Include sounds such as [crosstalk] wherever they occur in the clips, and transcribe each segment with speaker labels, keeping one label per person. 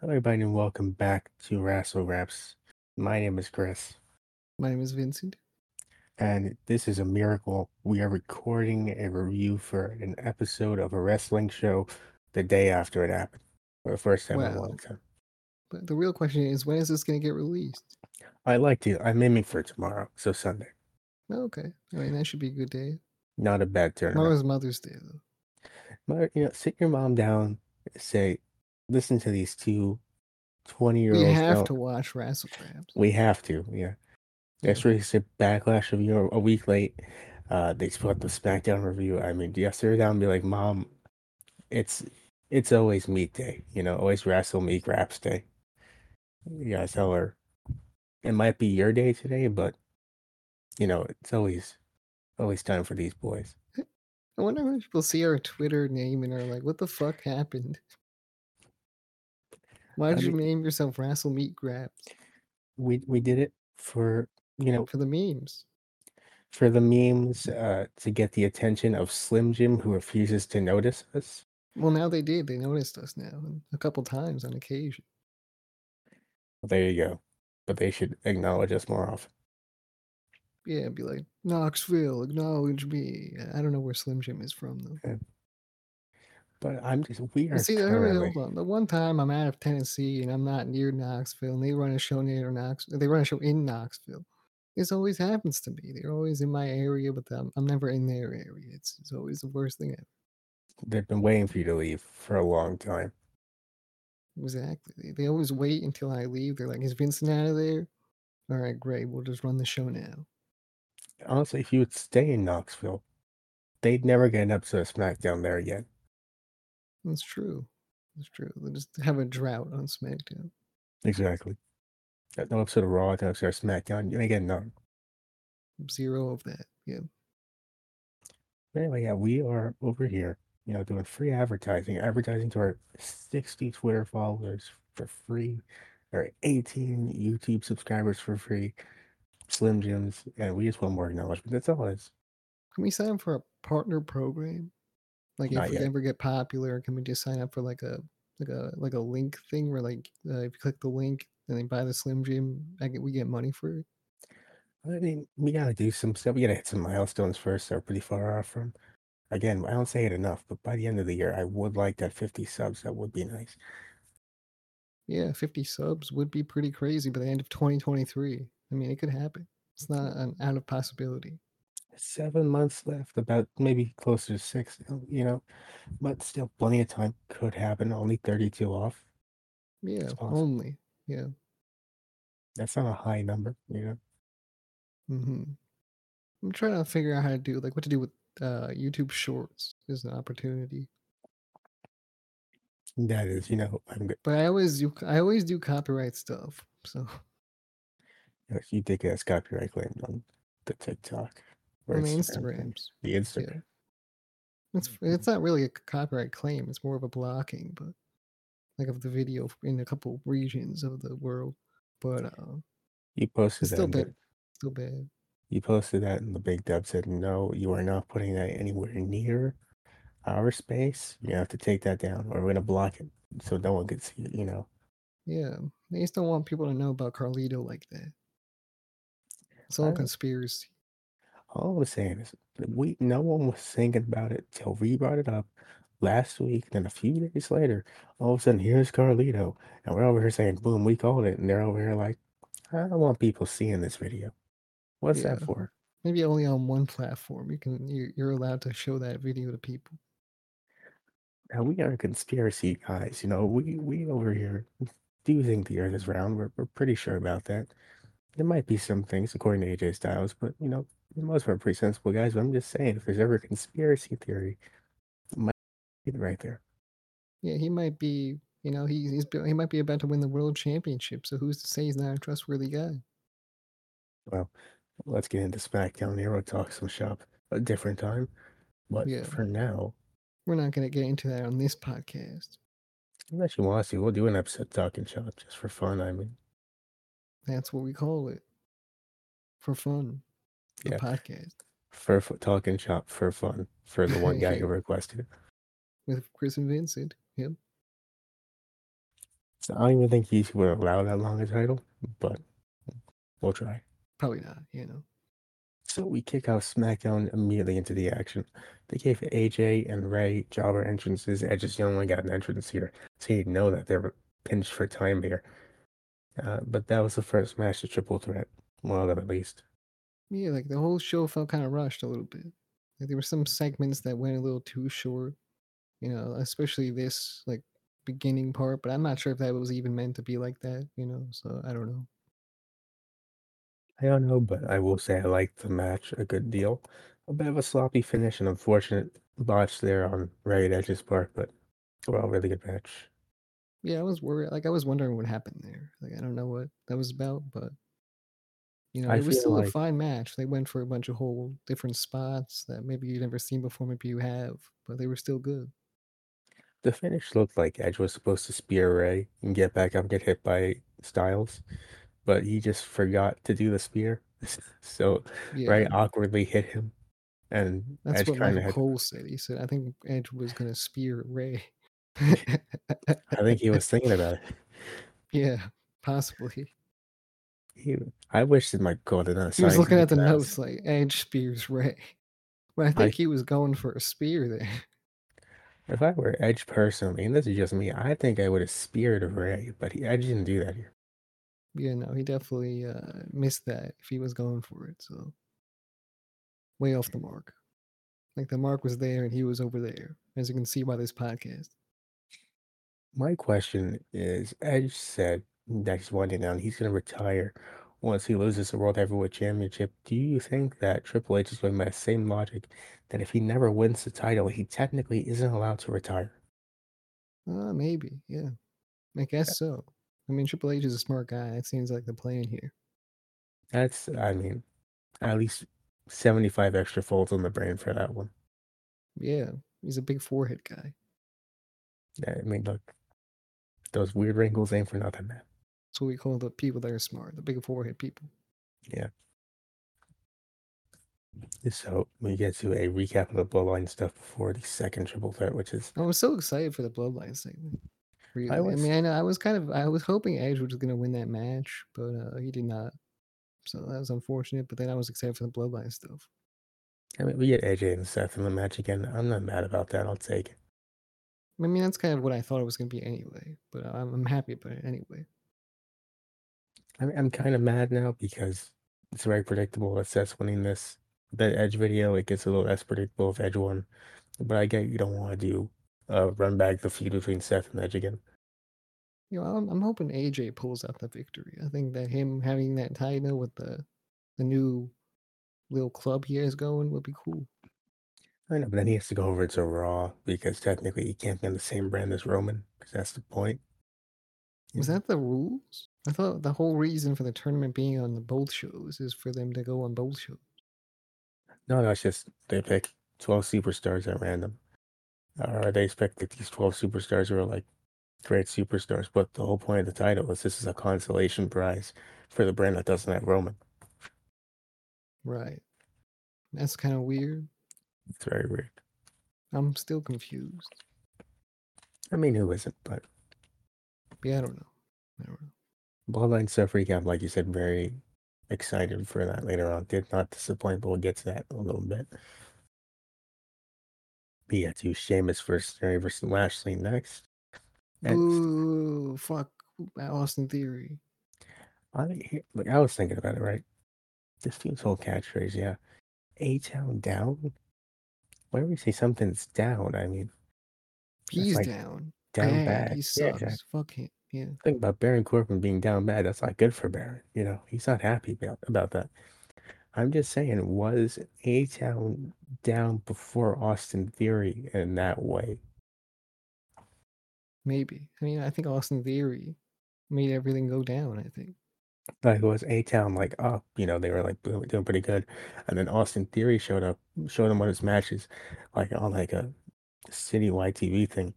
Speaker 1: Hello, everybody, and welcome back to Rassle Raps. My name is Chris,
Speaker 2: My name is Vincent.
Speaker 1: and this is a miracle. We are recording a review for an episode of a wrestling show the day after it happened for the first time in a
Speaker 2: Wow.
Speaker 1: long time.
Speaker 2: But the real question is, when is this going to get released?
Speaker 1: I like to, I'm aiming for tomorrow, so Sunday.
Speaker 2: Oh, okay, I mean that should be a good day.
Speaker 1: Not a bad
Speaker 2: Tomorrow
Speaker 1: turnaround.
Speaker 2: is Mother's Day, though.
Speaker 1: My, you know, sit your mom down, say, listen to these two 20 year
Speaker 2: We
Speaker 1: olds.
Speaker 2: have to watch Wrestle Raps.
Speaker 1: We have to, yeah. Yesterday it's a backlash of you know, a week late. Uh, they split the SmackDown review. I mean, yesterday down be like, Mom, it's it's always meat day, you know, always wrestle meat wraps day. You gotta tell her it might be your day today, but you know, it's always always time for these boys.
Speaker 2: I wonder how many people see our Twitter name and are like, "What the fuck happened? Why
Speaker 1: I
Speaker 2: did you
Speaker 1: mean-
Speaker 2: name yourself Wrestle Meat Grabs
Speaker 1: We we did it for you know
Speaker 2: for the memes?"
Speaker 1: for the memes uh, to get the attention of Slim Jim who refuses to notice us.
Speaker 2: Well, now they did. They noticed us now, and a couple times on occasion.
Speaker 1: Well, there you go. But they should acknowledge us more often.
Speaker 2: Yeah, be like Knoxville, acknowledge me. I don't know where Slim Jim is from though.
Speaker 1: But I'm just we are
Speaker 2: Well, See, the,
Speaker 1: currently,
Speaker 2: hold on. the one time I'm out of Tennessee and I'm not near Knoxville, and they run a show near Knoxville, they run a show in Knoxville. This always happens to me. They're always in my area, but I'm, I'm never in their area. It's, it's always the worst thing ever.
Speaker 1: they've been waiting for you to leave for a long time.
Speaker 2: Exactly. They, they always wait until I leave. They're like, "Is Vincent out of there?" All right, great. We'll just run the show now.
Speaker 1: Honestly, if you would stay in Knoxville, they'd never get an episode of SmackDown there again.
Speaker 2: That's true. That's true. They just have a drought on SmackDown.
Speaker 1: Exactly. No episode of Raw, no episode of SmackDown. And again, none.
Speaker 2: Zero of that. Yeah.
Speaker 1: Anyway, yeah, we are over here, you know, doing free advertising, advertising to our 60 Twitter followers for free, our 18 YouTube subscribers for free, Slim Jims, and we just want more acknowledgement. That's all it is.
Speaker 2: Can we sign up for a partner program? Like if
Speaker 1: Not
Speaker 2: we
Speaker 1: yet.
Speaker 2: ever get popular, can we just sign up for like a like a like a link thing where like uh, if you click the link and then buy the Slim Jim, I get we get money for it.
Speaker 1: I mean, we gotta do some stuff. We gotta hit some milestones first. They're pretty far off from. Again, I don't say it enough, but by the end of the year, I would like that 50 subs. That would be nice.
Speaker 2: Yeah, fifty subs would be pretty crazy by the end of 2023. I mean, it could happen. It's not an out of possibility.
Speaker 1: Seven months left, about maybe closer to six, uh, you know, but still plenty of time could happen. Only 32 off.
Speaker 2: Yeah,
Speaker 1: possible.
Speaker 2: only. Yeah.
Speaker 1: That's not a high number, you know.
Speaker 2: hmm I'm trying to figure out how to do like what to do with uh YouTube Shorts is an opportunity.
Speaker 1: That is, you know, I'm good.
Speaker 2: But I always do I always do copyright stuff. So [laughs]
Speaker 1: You think that's copyright claim on the TikTok or
Speaker 2: on the
Speaker 1: thing,
Speaker 2: Instagrams.
Speaker 1: The Instagram.
Speaker 2: It's it's not really a c- copyright claim. It's more of a blocking, but like of the video f- in a couple regions of the world. But uh,
Speaker 1: You posted
Speaker 2: it's still
Speaker 1: that. in the-
Speaker 2: bad. Still bad.
Speaker 1: You posted that, and the big dub said, "No, you are not putting that anywhere near our space. You have to take that down, or we're gonna block it so no one can see it." You know,
Speaker 2: Yeah, they just don't want people to know about Carlito like that. It's all
Speaker 1: Alright.
Speaker 2: conspiracy.
Speaker 1: all I'm saying is, that we no one was thinking about it till we brought it up last week. Then a few days later, all of a sudden, here's Carlito, and we're over here saying, "Boom, we called it," and they're over here like, "I don't want people seeing this video. What's that
Speaker 2: Yeah.
Speaker 1: for?"
Speaker 2: Maybe only on one platform you can you- you're allowed to show that video to people.
Speaker 1: Now we are conspiracy guys. You know, we we over here do think the Earth is round. We're we're pretty sure about that. There might be some things according to AJ Styles, but you know, for the most part, pretty sensible guys. But I'm just saying, if there's ever a conspiracy theory, it might be right there.
Speaker 2: Yeah, he might be. You know, he, he's be- he might be about to win the world championship. So who's to say he's not a trustworthy guy?
Speaker 1: Let's get into SmackDown here. We'll talk some shop a different time. But
Speaker 2: Yeah.
Speaker 1: for now,
Speaker 2: We're not going to get into that on this podcast.
Speaker 1: unless you want us to, we'll do an episode talking shop just for fun. I mean,
Speaker 2: That's what we call it for fun. The
Speaker 1: Yeah.
Speaker 2: podcast
Speaker 1: for f- talking shop for fun for the one guy who requested it.
Speaker 2: with Chris and Vincent. Yep.
Speaker 1: So I don't even think he would allow that long a title, but we'll try.
Speaker 2: Probably not, you know.
Speaker 1: So we kick out SmackDown immediately into the action. They gave AJ and Ray jobber entrances. Edge is the only one got an entrance here, so you know that they were pinched for time here. Uh, but that was the first match to triple threat. Well, at least.
Speaker 2: Yeah, like the whole show felt kind of rushed a little bit. Like there were some segments that went a little too short, you know, especially this like beginning part. But I'm not sure if that was even meant to be like that, you know. So I don't know.
Speaker 1: I don't know, but I will say I liked the match a good deal. A bit of a sloppy finish and unfortunate botch there on Ray Edge's part, but overall, really good match.
Speaker 2: Yeah, I was worried. Like I was wondering what happened there. Like I don't know what that was about, but you know,
Speaker 1: I
Speaker 2: it was
Speaker 1: feel
Speaker 2: still a
Speaker 1: like-
Speaker 2: fine match. They went for a bunch of whole different spots that maybe you've never seen before, maybe you have, but they were still good.
Speaker 1: The finish looked like Edge was supposed to spear Ray and get back up and get hit by Styles, but he just forgot to do the spear. [laughs] So
Speaker 2: Yeah,
Speaker 1: Ray awkwardly hit him, and
Speaker 2: that's
Speaker 1: Edge
Speaker 2: what
Speaker 1: kind
Speaker 2: Michael
Speaker 1: of had.
Speaker 2: Cole said. He said, "I think Edge was gonna spear Ray." [laughs]
Speaker 1: I think he was thinking about it.
Speaker 2: yeah, possibly.
Speaker 1: He, I wish that my God did not.
Speaker 2: He was looking at the notes like Edge spears Ray, but I think he was going for a spear there.
Speaker 1: If I were Edge personally, and this is just me, I think I would have speared Ray, but he, Edge didn't do that here.
Speaker 2: Yeah, no, he definitely uh, missed that if he was going for it. So way off the mark. Like the mark was there and he was over there, as you can see by this podcast.
Speaker 1: My question is Edge said that he's winding down, he's going to retire once he loses the World Heavyweight Championship. Do you think that Triple H is going by the same logic that if he never wins the title, he technically isn't allowed to retire?
Speaker 2: Uh, maybe, yeah. I guess so. I mean, Triple H is a smart guy. That seems like the plan here.
Speaker 1: That's, I mean, at least 75 extra folds on the brain for that one.
Speaker 2: Yeah, he's a big forehead guy.
Speaker 1: I mean, look, those weird wrinkles ain't for nothing, man.
Speaker 2: That's what we call the people that are smart, the big forehead people.
Speaker 1: So we get to a recap of the bloodline stuff before the second triple threat, which is
Speaker 2: I was so excited for the bloodline segment. Really. I,
Speaker 1: was-
Speaker 2: mean, I, know, I was kind of I was hoping Edge was going to win that match, but uh, he did not. So that was unfortunate. But then I was excited for the bloodline stuff.
Speaker 1: I mean we get AJ and Seth in the match again. I'm not mad about that. I'll take it.
Speaker 2: I mean, that's kind of what I thought it was going to be anyway. But I'm, I'm happy about it anyway.
Speaker 1: I mean, I'm kind of mad now because it's very predictable that Seth's winning this. That Edge video, it gets a little less predictable if Edge won, but I get you don't want to do uh, run back the feud between Seth and Edge again.
Speaker 2: You know, I'm, I'm hoping AJ pulls out the victory. I think that him having that title with the the new little club he has going would be cool.
Speaker 1: I know, but then he has to go over to Raw because technically he can't be on the same brand as Roman because that's the point.
Speaker 2: Was
Speaker 1: Yeah.
Speaker 2: that the rules? I thought the whole reason for the tournament being on the both shows is for them to go on both shows.
Speaker 1: No, no, it's just they pick 12 superstars at random. Or they expect that these 12 superstars are like great superstars, but the whole point of the title is this is a consolation prize for the brand that doesn't have Roman.
Speaker 2: Right. That's kind of weird.
Speaker 1: It's very weird.
Speaker 2: I'm still confused.
Speaker 1: I mean, who isn't? But
Speaker 2: Yeah, I don't know. I don't know.
Speaker 1: Bloodline stuff recap, like you said, very excited for that later on. Did not disappoint, but we'll get to that in a little bit. But yeah, to Sheamus versus Theory versus Lashley next. And
Speaker 2: Ooh, fuck Austin Theory.
Speaker 1: I he- like I was thinking about it, right? This dude's whole catchphrase, yeah. A town down? Whenever we say something's down, I mean That's
Speaker 2: He's
Speaker 1: like
Speaker 2: down.
Speaker 1: down
Speaker 2: bad.
Speaker 1: bad.
Speaker 2: He
Speaker 1: Yeah,
Speaker 2: sucks.
Speaker 1: exactly.
Speaker 2: Fuck him. Yeah.
Speaker 1: Think about Baron Corbin being down bad. That's not good for Baron. You know, he's not happy about, about that. I'm just saying, was A Town down before Austin Theory in that way?
Speaker 2: Maybe. I mean, I think Austin Theory made everything go down, I think.
Speaker 1: Like was A Town like up? You know, they were like doing doing pretty good, and then Austin Theory showed up, showed him one of his matches, like on like a citywide TV thing,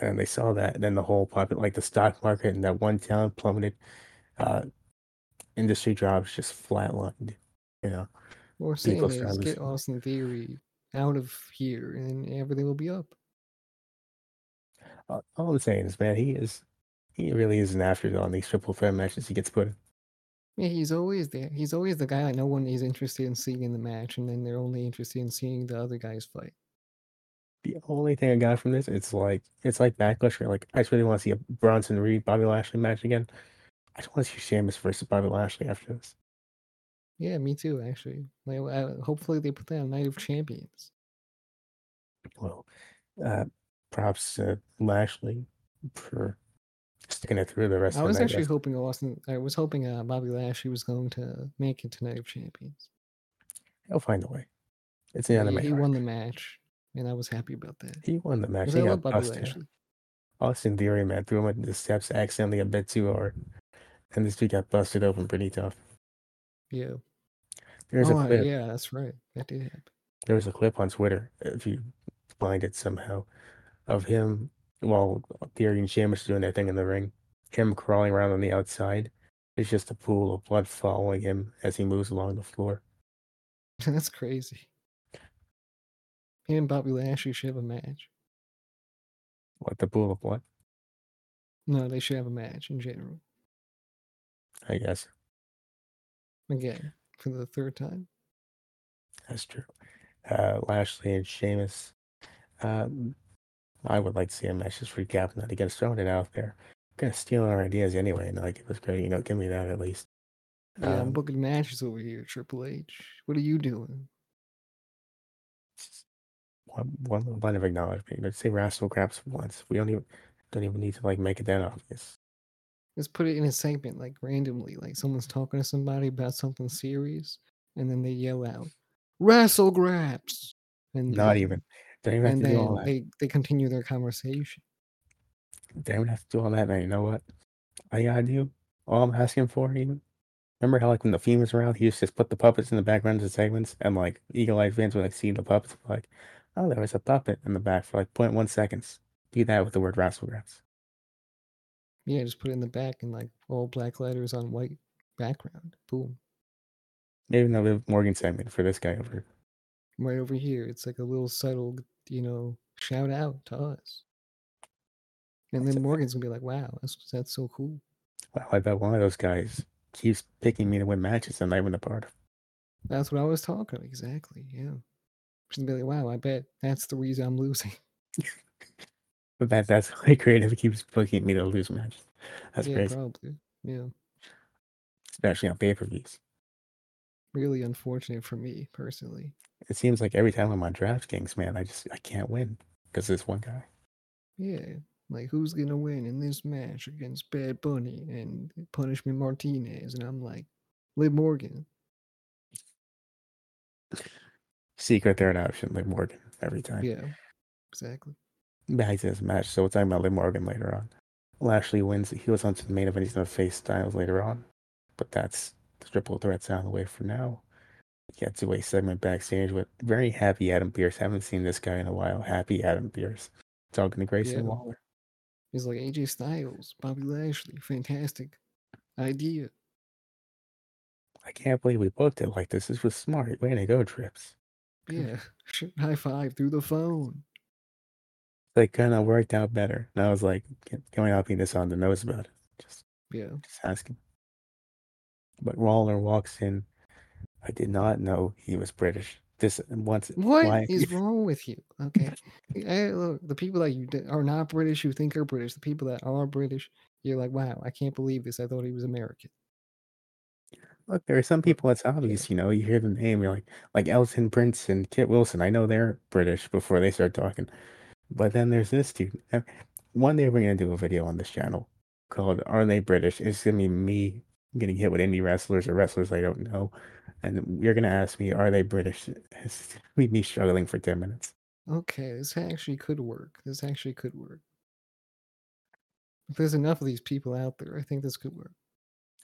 Speaker 1: and they saw that, and then the whole pocket, like the stock market and that one town plummeted. Uh, industry jobs just flatlined. You know,
Speaker 2: Or saying
Speaker 1: People's
Speaker 2: is get
Speaker 1: privacy.
Speaker 2: Austin Theory out of here and everything will be up.
Speaker 1: Uh, all I'm saying is, man, he is He really is an afterthought on these triple threat matches he gets put in.
Speaker 2: Yeah, he's always there. He's always the guy that no one is interested in seeing in the match, and then they're only interested in seeing the other guys fight.
Speaker 1: The only thing I got from this, it's like it's like backlash. Where like I just really want to see a Bronson Reed Bobby Lashley match again. I just want to see Sheamus versus Bobby Lashley after this.
Speaker 2: Yeah, me too. Actually, like, I- hopefully they put that on Night of Champions.
Speaker 1: Well, uh, props to Lashley for sticking it through the rest
Speaker 2: I
Speaker 1: of the
Speaker 2: was
Speaker 1: night.
Speaker 2: actually
Speaker 1: That's-
Speaker 2: hoping Austin. I was hoping uh, Bobby Lashley was going to make it to Night of Champions.
Speaker 1: He'll find a way. It's the
Speaker 2: He-
Speaker 1: anime.
Speaker 2: he, won the match, and I was happy about that.
Speaker 1: He won the match.
Speaker 2: Because
Speaker 1: He
Speaker 2: I love
Speaker 1: got
Speaker 2: Bobby
Speaker 1: busted.
Speaker 2: Lashley.
Speaker 1: Austin Theory, man, threw him into the steps accidentally a bit too hard. And this dude got busted open pretty tough.
Speaker 2: Yeah.
Speaker 1: There's
Speaker 2: oh,
Speaker 1: a
Speaker 2: uh,
Speaker 1: clip.
Speaker 2: yeah, that's right. That did happen. [laughs]
Speaker 1: There was a clip on Twitter, if you find it somehow, of him while Theory and Sheamus doing their thing in the ring, him crawling around on the outside. It's just a pool of blood following him as he moves along the floor.
Speaker 2: That's crazy. Him and Bobby Lashley should have a match.
Speaker 1: What the pool of blood?
Speaker 2: No, they should have a match in general.
Speaker 1: I guess
Speaker 2: Again, for the third time.
Speaker 1: that's true. Uh, Lashley and Sheamus. Um, I would like to see a match just for Gap Night against throwing it out there. Kind of stealing our ideas anyway, and like it was great. You know, give me that at least.
Speaker 2: Yeah, I'm
Speaker 1: Um,
Speaker 2: booking matches over here, Triple H. What are you doing?
Speaker 1: one one little line of acknowledgement. Let's say Rascal Craps once. We don't even don't even need to like make it that obvious.
Speaker 2: Just put it in a segment, like randomly, like someone's talking to somebody about something serious, and then they yell out, "Wrestle Graps!" And
Speaker 1: Not
Speaker 2: then-
Speaker 1: even. Don't even have
Speaker 2: Mm-hmm. And
Speaker 1: to do all
Speaker 2: then
Speaker 1: that.
Speaker 2: they, they continue their conversation.
Speaker 1: Don't even have to do all that, man. You know what? I gotta do all I'm asking for even. Remember how like when the femurs were out, he used to just put the puppets in the background of the segments and like eagle eyed fans would like see the puppets like, oh, there was a puppet in the back for like 0.1 seconds. Do that with the word Rascal Craps.
Speaker 2: Yeah, just put it in the back and like all black letters on white background. Boom.
Speaker 1: Maybe another Morgan segment for this guy over here.
Speaker 2: right over here. It's like a little subtle, you know, shout out to us. And
Speaker 1: That's
Speaker 2: then
Speaker 1: a-
Speaker 2: Morgan's gonna be like, "Wow, that's that's so cool."
Speaker 1: Wow, I bet one of those guys keeps picking me to win matches and I win a part of.
Speaker 2: That's what I was talking about. Exactly. Yeah. She's gonna be like, "Wow, I bet that's the reason I'm losing."
Speaker 1: But that that's [laughs] why creative keeps booking me to lose matches. That's
Speaker 2: yeah,
Speaker 1: crazy,
Speaker 2: probably. Yeah.
Speaker 1: especially on pay per views.
Speaker 2: Really unfortunate for me personally.
Speaker 1: It seems like every time I'm on DraftKings, man, I just I can't win because this one guy.
Speaker 2: Yeah. Like, who's gonna win in this match against Bad Bunny and Punishment Martinez? And I'm like, Liv Morgan.
Speaker 1: Secret third option, Liv Morgan, every time.
Speaker 2: Yeah. Exactly.
Speaker 1: Back to this match, so we're talking about Liv Morgan later on. Lashley wins. He was on to the main event. He's going to face Styles later on. But that's the triple threats out of the way for now. We got two-way segment backstage with very happy Adam Pierce. Haven't seen this guy in a while. Happy Adam Pierce talking to Grayson
Speaker 2: Yeah.
Speaker 1: Waller.
Speaker 2: He's like AJ Styles, Bobby Lashley, fantastic
Speaker 1: [laughs]
Speaker 2: idea.
Speaker 1: I can't believe we booked it like this. This was smart. Way to go, Trips.
Speaker 2: Yeah, [laughs] sure, high five through the phone.
Speaker 1: Like, kind of worked out better. And I was like, can, can we not be this on the nose about it? Just,
Speaker 2: Yeah,
Speaker 1: just asking. But Waller walks in. I did not know he was British. This once.
Speaker 2: what is
Speaker 1: why- [laughs]
Speaker 2: wrong with you? Okay, Hey, look, the people that you d- are not British, you think are British. The people that are British, you're like, wow, I can't believe this. I thought he was American.
Speaker 1: Look, there are some people. It's obvious, you know. You hear the name, you're like, like Elton Prince and Kit Wilson. I know they're British before they start talking. But then there's this dude. Uh, One day we're gonna do a video on this channel called "Are They British?" It's gonna be me getting hit with indie wrestlers or wrestlers I don't know, and you're gonna ask me, "Are they British?" [laughs] It's gonna be me struggling for ten minutes.
Speaker 2: Okay, this actually could work. This actually could work. If there's enough of these people out there, I think this could work.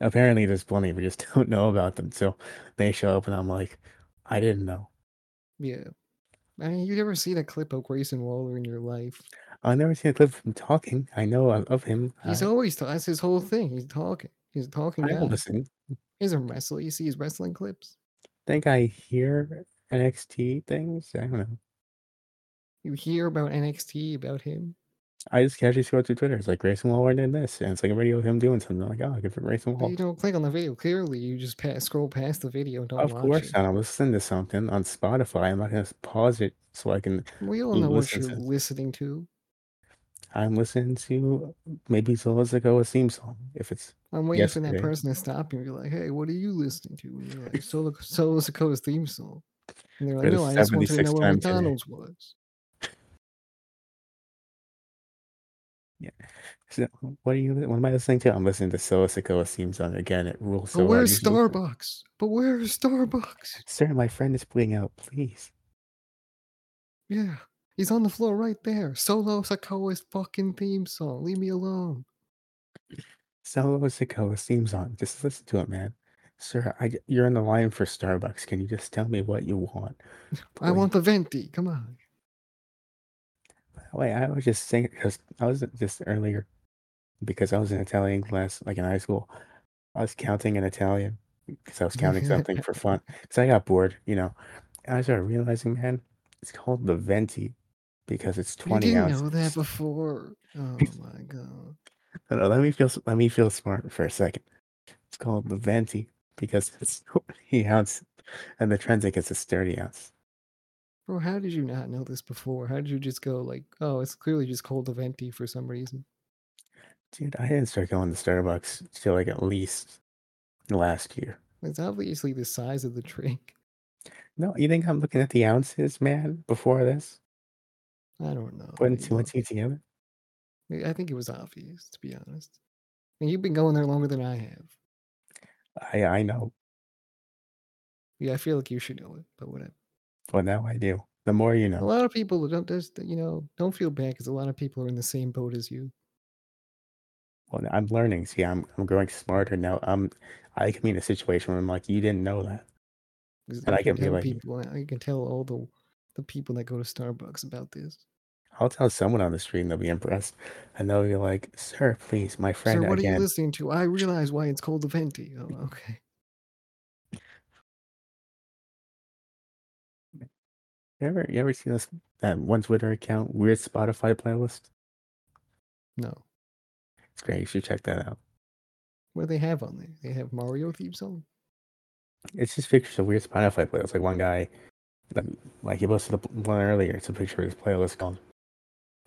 Speaker 1: Apparently, there's plenty we just [laughs] don't know about them. So they show up, and I'm like, I didn't know.
Speaker 2: Yeah. I mean, you never seen a clip of Grayson Waller in your life.
Speaker 1: I've never seen a clip of him talking. I know of of him.
Speaker 2: He's
Speaker 1: I,
Speaker 2: always ta- that's his whole thing. He's talking. He's talking.
Speaker 1: I
Speaker 2: down.
Speaker 1: don't listen.
Speaker 2: He's a wrestler. You see his wrestling clips.
Speaker 1: think I hear NXT things. I don't know.
Speaker 2: You hear about NXT about him.
Speaker 1: I just casually scroll through Twitter. It's like Grayson Waller did this, and it's like a video of him doing something. I'm like, oh, good for Grayson
Speaker 2: But
Speaker 1: Waller.
Speaker 2: you don't click on the video. Clearly, you just pass, scroll past the video. And don't
Speaker 1: Of
Speaker 2: watch
Speaker 1: course,
Speaker 2: it.
Speaker 1: not. I'm listening to something on Spotify. I'm not gonna s- pause it so I can.
Speaker 2: We all
Speaker 1: who
Speaker 2: know what
Speaker 1: listens
Speaker 2: you're
Speaker 1: to-
Speaker 2: listening to.
Speaker 1: I'm listening to maybe Zolozako a theme song if it's
Speaker 2: I'm waiting for that
Speaker 1: Yesterday.
Speaker 2: person to stop you and be like, "Hey, what are you listening to?" And you're like, "Solo, Solo Sokoa's theme song." And they're
Speaker 1: For
Speaker 2: like,
Speaker 1: the
Speaker 2: "No, I just want to know
Speaker 1: 76th
Speaker 2: where
Speaker 1: time today."
Speaker 2: McDonald's was."
Speaker 1: So, what are you? What am I listening to? I'm listening to Solisico theme song again. It rules so
Speaker 2: but
Speaker 1: hard.
Speaker 2: where's
Speaker 1: Usually-
Speaker 2: Starbucks? But where's Starbucks?
Speaker 1: Sir, my friend is bleeding out. Please.
Speaker 2: Yeah, he's on the floor right there. Solo Sokoa's fucking theme song. Leave me alone.
Speaker 1: Solisico theme song. Just listen to it, man. Sir, I, you're in the line for Starbucks. Can you just tell me what you want?
Speaker 2: I
Speaker 1: Please.
Speaker 2: want the venti. Come on.
Speaker 1: Wait, I was just saying because I was just earlier because I was in Italian class, like in high school. I was counting in Italian because I was counting
Speaker 2: [laughs]
Speaker 1: something for fun. Because I got bored, you know. And I started realizing, man, it's called the venti because it's
Speaker 2: You
Speaker 1: twenty
Speaker 2: didn't
Speaker 1: ounces.
Speaker 2: know that before.
Speaker 1: [laughs]
Speaker 2: Oh my god.
Speaker 1: No, no, let me feel s- let me feel smart for a second. It's called the venti because it's [laughs] twenty ounce, and the transit is it's thirty ounce.
Speaker 2: Bro, how did you not know this before? How did you just go like, oh, it's clearly just cold venti for some reason?
Speaker 1: Dude, I didn't start going to Starbucks till like at least last year.
Speaker 2: It's obviously the size of the [laughs] drink.
Speaker 1: No, you think I'm looking at the ounces, man? Before this,
Speaker 2: I don't know.
Speaker 1: putting
Speaker 2: you
Speaker 1: two and
Speaker 2: know,
Speaker 1: two together.
Speaker 2: I think it was obvious, to be honest. And you've been going there longer than I have.
Speaker 1: I I know,
Speaker 2: Yeah, I feel like you should know it, but whatever.
Speaker 1: but now I do. The more you
Speaker 2: A
Speaker 1: know.
Speaker 2: lot of people don't just you know don't feel bad because a lot of people are in the same boat as you.
Speaker 1: Well, I'm learning. See, I'm I'm growing smarter now. I'm I can be in a situation where I'm like, you didn't know that.
Speaker 2: 'Cause
Speaker 1: And I can be
Speaker 2: tell
Speaker 1: like you.
Speaker 2: people, I can tell all the the people that go to Starbucks about this.
Speaker 1: I'll tell someone on the street and they'll be impressed. And they'll be like, sir, please, my friend
Speaker 2: Sir, what are you
Speaker 1: again.
Speaker 2: listening to? I realize why it's called a venti. Oh, okay.
Speaker 1: You ever you ever see this that one Twitter account, Weird Spotify playlist?
Speaker 2: No,
Speaker 1: It's great. You should check that out.
Speaker 2: what do they have on there? They have Mario theme song.
Speaker 1: It's just pictures of weird Spotify playlists. Like one guy, like, like he posted the one earlier. It's a picture of his playlist called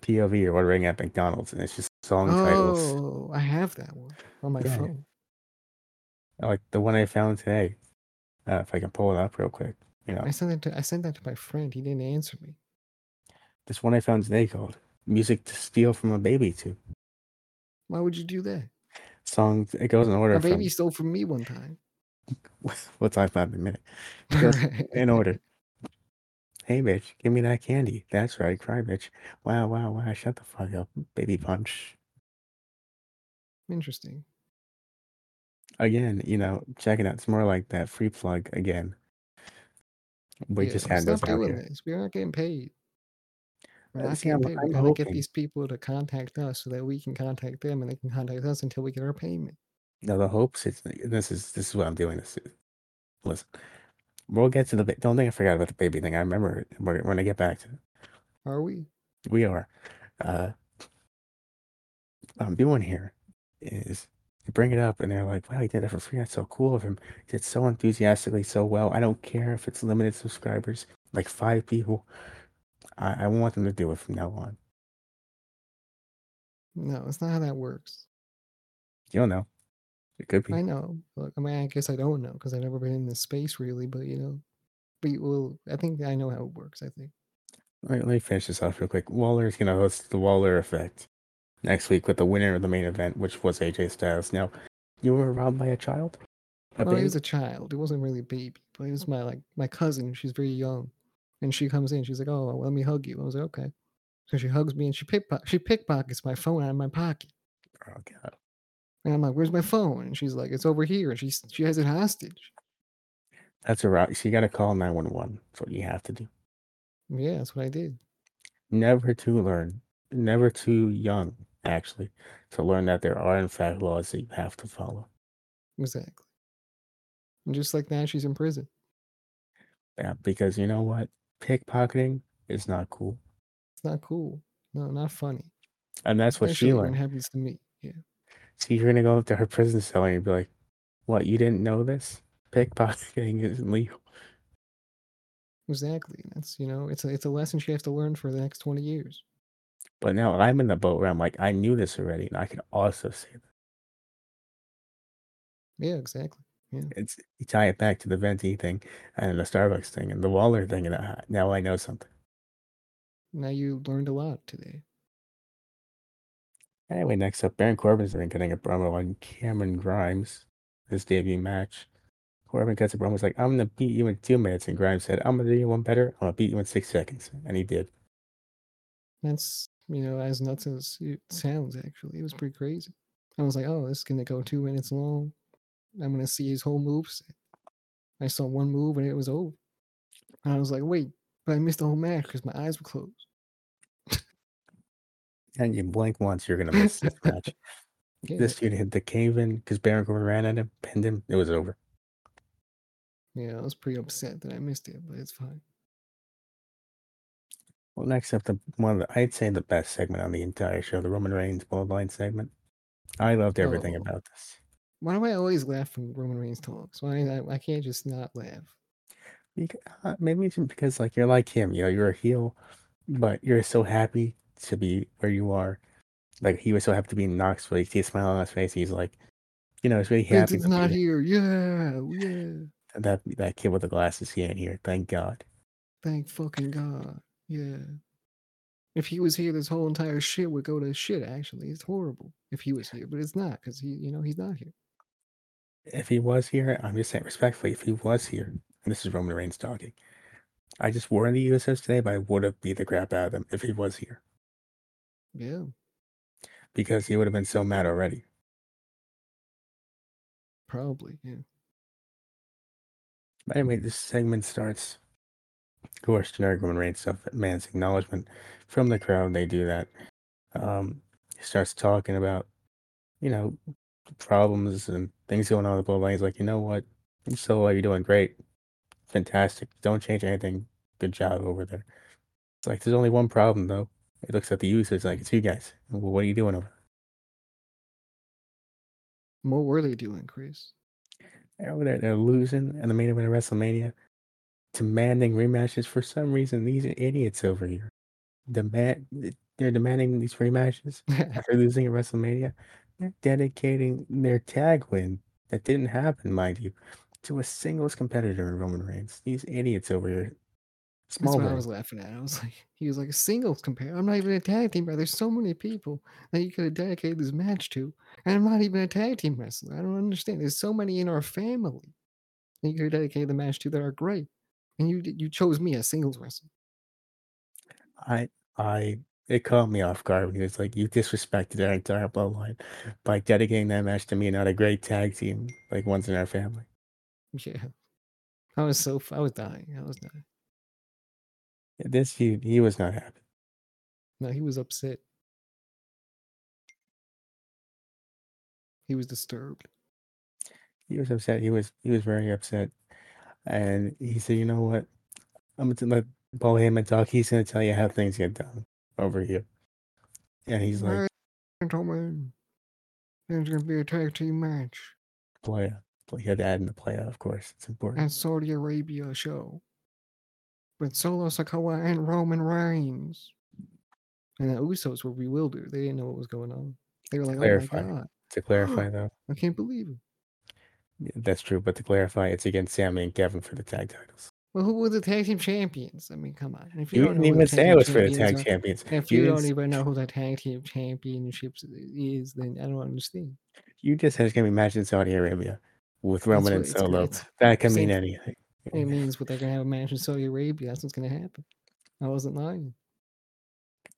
Speaker 1: POV or ordering at McDonald's, and it's just song titles.
Speaker 2: Oh, I have that one on my
Speaker 1: Yeah.
Speaker 2: phone.
Speaker 1: Like the one I found today. Uh, if I can pull it up real quick, you know,
Speaker 2: I sent that to I sent that to my friend. He didn't answer me.
Speaker 1: this one I found today called "Music to Steal from a Baby to."
Speaker 2: Why would you do that?
Speaker 1: Songs. It goes in order
Speaker 2: My
Speaker 1: from.
Speaker 2: baby stole from me one
Speaker 1: [laughs]
Speaker 2: time.
Speaker 1: We'll talk about it in a minute.
Speaker 2: [laughs]
Speaker 1: Yes, in order. Hey, bitch, give me that candy. That's right, cry, bitch. Wow, wow, wow. Shut the fuck up, baby punch.
Speaker 2: Interesting.
Speaker 1: Again, you know, check it out. It's more like that free plug again. We
Speaker 2: Yeah,
Speaker 1: just had
Speaker 2: stop
Speaker 1: those out
Speaker 2: doing
Speaker 1: here.
Speaker 2: this. We're not getting paid. We're
Speaker 1: Uh,
Speaker 2: not
Speaker 1: see,
Speaker 2: getting
Speaker 1: I'm-
Speaker 2: paid.
Speaker 1: I'm
Speaker 2: We gotta get
Speaker 1: hoping-
Speaker 2: these people to contact us so that we can contact them, and they can contact us until we get our payment.
Speaker 1: No, the hopes. It's this is this is what I'm doing. This is, listen. We'll get to the. ba- Don't think I forgot about the baby thing. I remember it. We're, we're gonna get back to it.
Speaker 2: Are we?
Speaker 1: We are. Uh, what I'm doing here is you bring it up and they're like, wow, he did it for free. That's so cool of him. He did so enthusiastically, so well. I don't care if it's limited subscribers, like five people. I, I want them to do it from now on.
Speaker 2: No, it's not how that works.
Speaker 1: You'll know. It could be.
Speaker 2: I know. Look, I mean, I guess I don't know because I've never been in this space really. But you know, but you- well, I think I know how it works. I think.
Speaker 1: All right, let me finish this off real quick. Waller is going to host the Waller Effect next week with the winner of the main event, which was AJ Styles. Now, you were robbed by a child? A
Speaker 2: well, he
Speaker 1: baby?
Speaker 2: was a child. It wasn't really a baby, but it was
Speaker 1: Mm.
Speaker 2: my like my cousin. She's very young, and she comes in. She's like, "Oh, let me hug you." I was like, "Okay." So she hugs me and she pickpock she pickpockets my phone out of my pocket,
Speaker 1: oh, God.
Speaker 2: and I'm like, "Where's my phone?" And she's like, "It's over here." And she's she has it hostage.
Speaker 1: That's a route. So you got to call 911. That's what you have to do.
Speaker 2: Yeah, that's what I did.
Speaker 1: never too learn, never too young, actually, to learn that there are, in fact, laws that you have to follow.
Speaker 2: Exactly. And just like that, she's in prison.
Speaker 1: Yeah, because you know what? Pickpocketing is not cool.
Speaker 2: It's not cool. No, not funny.
Speaker 1: And that's what
Speaker 2: That
Speaker 1: she
Speaker 2: shit even
Speaker 1: learned.
Speaker 2: happens to me. Yeah.
Speaker 1: See, you're gonna go up to her prison cell and you'd be like, "What? You didn't know this? Pickpocketing [laughs] isn't legal."
Speaker 2: Exactly. That's you know, it's a it's a lesson she has to learn for the next twenty years.
Speaker 1: But now I'm in the boat where I'm like, I knew this already, and I can also say that.
Speaker 2: Yeah, exactly.
Speaker 1: It's you tie it back to the venti thing, and the Starbucks thing, and the Waller thing, and uh, now I know something.
Speaker 2: Now you learned a lot today.
Speaker 1: Anyway, next up, Baron Corbin's been cutting a promo on Cameron Grimes, his debut match. Corbin cuts a promo. He's like, "I'm gonna beat you in two minutes," and Grimes said, "I'm gonna do you one better. I'm gonna beat you in six seconds," and he did.
Speaker 2: That's you know, as nuts as it sounds actually. It was pretty crazy. I was like, Oh, this is gonna go two minutes long. I'm gonna see his whole moves. I saw one move and it was over. And I was like, wait, but I missed the whole match because my eyes were closed.
Speaker 1: And you blink once, you're gonna miss this match.
Speaker 2: Yeah,
Speaker 1: This dude hit the cave in because Baron Corbin ran at him, pinned him. It was over.
Speaker 2: yeah, I was pretty upset that I missed it, but it's fine.
Speaker 1: Well, next up, the one of the, I'd say the best segment on the entire show, the Roman Reigns Bloodline segment. I loved everything
Speaker 2: Oh.
Speaker 1: about this.
Speaker 2: Why do I always laugh when Roman Reigns talks? Why I, I can't just not laugh.
Speaker 1: Because, uh, maybe it's just because like you're like him, you know, you're a heel, but you're so happy to be where you are. Like he was so happy to be in Knoxville. You see a smile on his face. He's like, you know, he's really
Speaker 2: Vince
Speaker 1: happy.
Speaker 2: is
Speaker 1: to
Speaker 2: not
Speaker 1: be-
Speaker 2: here. Yeah, yeah.
Speaker 1: That that kid with the glasses, he ain't here. Thank God.
Speaker 2: Thank fucking God. Yeah. If he was here, this whole entire shit would go to shit. Actually, it's horrible if he was here, but it's not because he, you know, he's not here.
Speaker 1: if he was here, I'm just saying respectfully, if he was here, and this is Roman Reigns talking, I just warned the USS today, but I would have beat the crap out of him if he was here
Speaker 2: Yeah,
Speaker 1: because he would have been so mad already.
Speaker 2: probably. Yeah.
Speaker 1: But anyway, this segment starts. Of course, generic Roman Reigns stuff, man's acknowledgement from the crowd. They do that. Um, he starts talking about, you know, problems and things going on with the bloodline. He's like, you know what? I'm so well, you're doing great. Fantastic. Don't change anything. Good job over there. It's like, there's only one problem, though. It looks at the users like, it's you guys. Well, what are you doing over
Speaker 2: What were they doing, Chris? [laughs]
Speaker 1: there? Over there, They're losing and the main event of WrestleMania, demanding rematches. For some reason, these idiots over here, demand, they're demanding these rematches. after losing at WrestleMania, they're dedicating their tag win that didn't happen, mind you, to a singles competitor in Roman Reigns. These idiots over here.
Speaker 2: That's
Speaker 1: Small
Speaker 2: what I
Speaker 1: man.
Speaker 2: was laughing at. I was like, [laughs] he was like a singles compare. I'm not even a tag team, bro. There's so many people that you could have dedicated this match to, and I'm not even a tag team wrestler. I don't understand. There's so many in our family that you could have dedicated the match to that are great, and you d- you chose me as singles wrestler.
Speaker 1: I I it caught me off guard when he was like, You disrespected our entire bloodline by dedicating that match to me and not a great tag team, like ones in our family.
Speaker 2: [laughs] Yeah, I was so f- I was dying. I was dying.
Speaker 1: This he he was not happy.
Speaker 2: No, he was upset. He was disturbed.
Speaker 1: He was upset. He was he was very upset. And he said, You know what? I'm gonna let Paul Heyman talk. He's gonna tell you how things get done over here. And he's like
Speaker 2: "Alright, gentlemen, there's gonna be a tag team match
Speaker 1: Playa. Well, You had to add in the playa, of course. It's
Speaker 2: at
Speaker 1: important.
Speaker 2: Saudi Arabia show with Solo Sokoa and Roman Reigns. And the Usos were bewildered. They didn't know what was going on. They were like,
Speaker 1: Clarify.
Speaker 2: "Oh my god,
Speaker 1: To clarify, though,
Speaker 2: I can't believe it."
Speaker 1: yeah, that's true. But to clarify, it's against Sammy and Kevin for the tag titles.
Speaker 2: Well, who were the tag team champions? I mean, come on. If
Speaker 1: You,
Speaker 2: don't know who
Speaker 1: didn't
Speaker 2: the
Speaker 1: even
Speaker 2: tag
Speaker 1: say
Speaker 2: team
Speaker 1: it was for the
Speaker 2: champions
Speaker 1: tag
Speaker 2: are-
Speaker 1: champions.
Speaker 2: If
Speaker 1: You,
Speaker 2: you
Speaker 1: didn't,
Speaker 2: don't e
Speaker 1: s-
Speaker 2: even know who the tag team championships is, then I don't understand.
Speaker 1: you just said it's going to be matched in Saudi Arabia with Roman
Speaker 2: what
Speaker 1: and
Speaker 2: it's gonna-
Speaker 1: Solo.
Speaker 2: it's-
Speaker 1: That can
Speaker 2: same
Speaker 1: mean
Speaker 2: thing.
Speaker 1: anything.
Speaker 2: It means what they're gonna have a match in Saudi Arabia. That's what's gonna happen. I wasn't lying.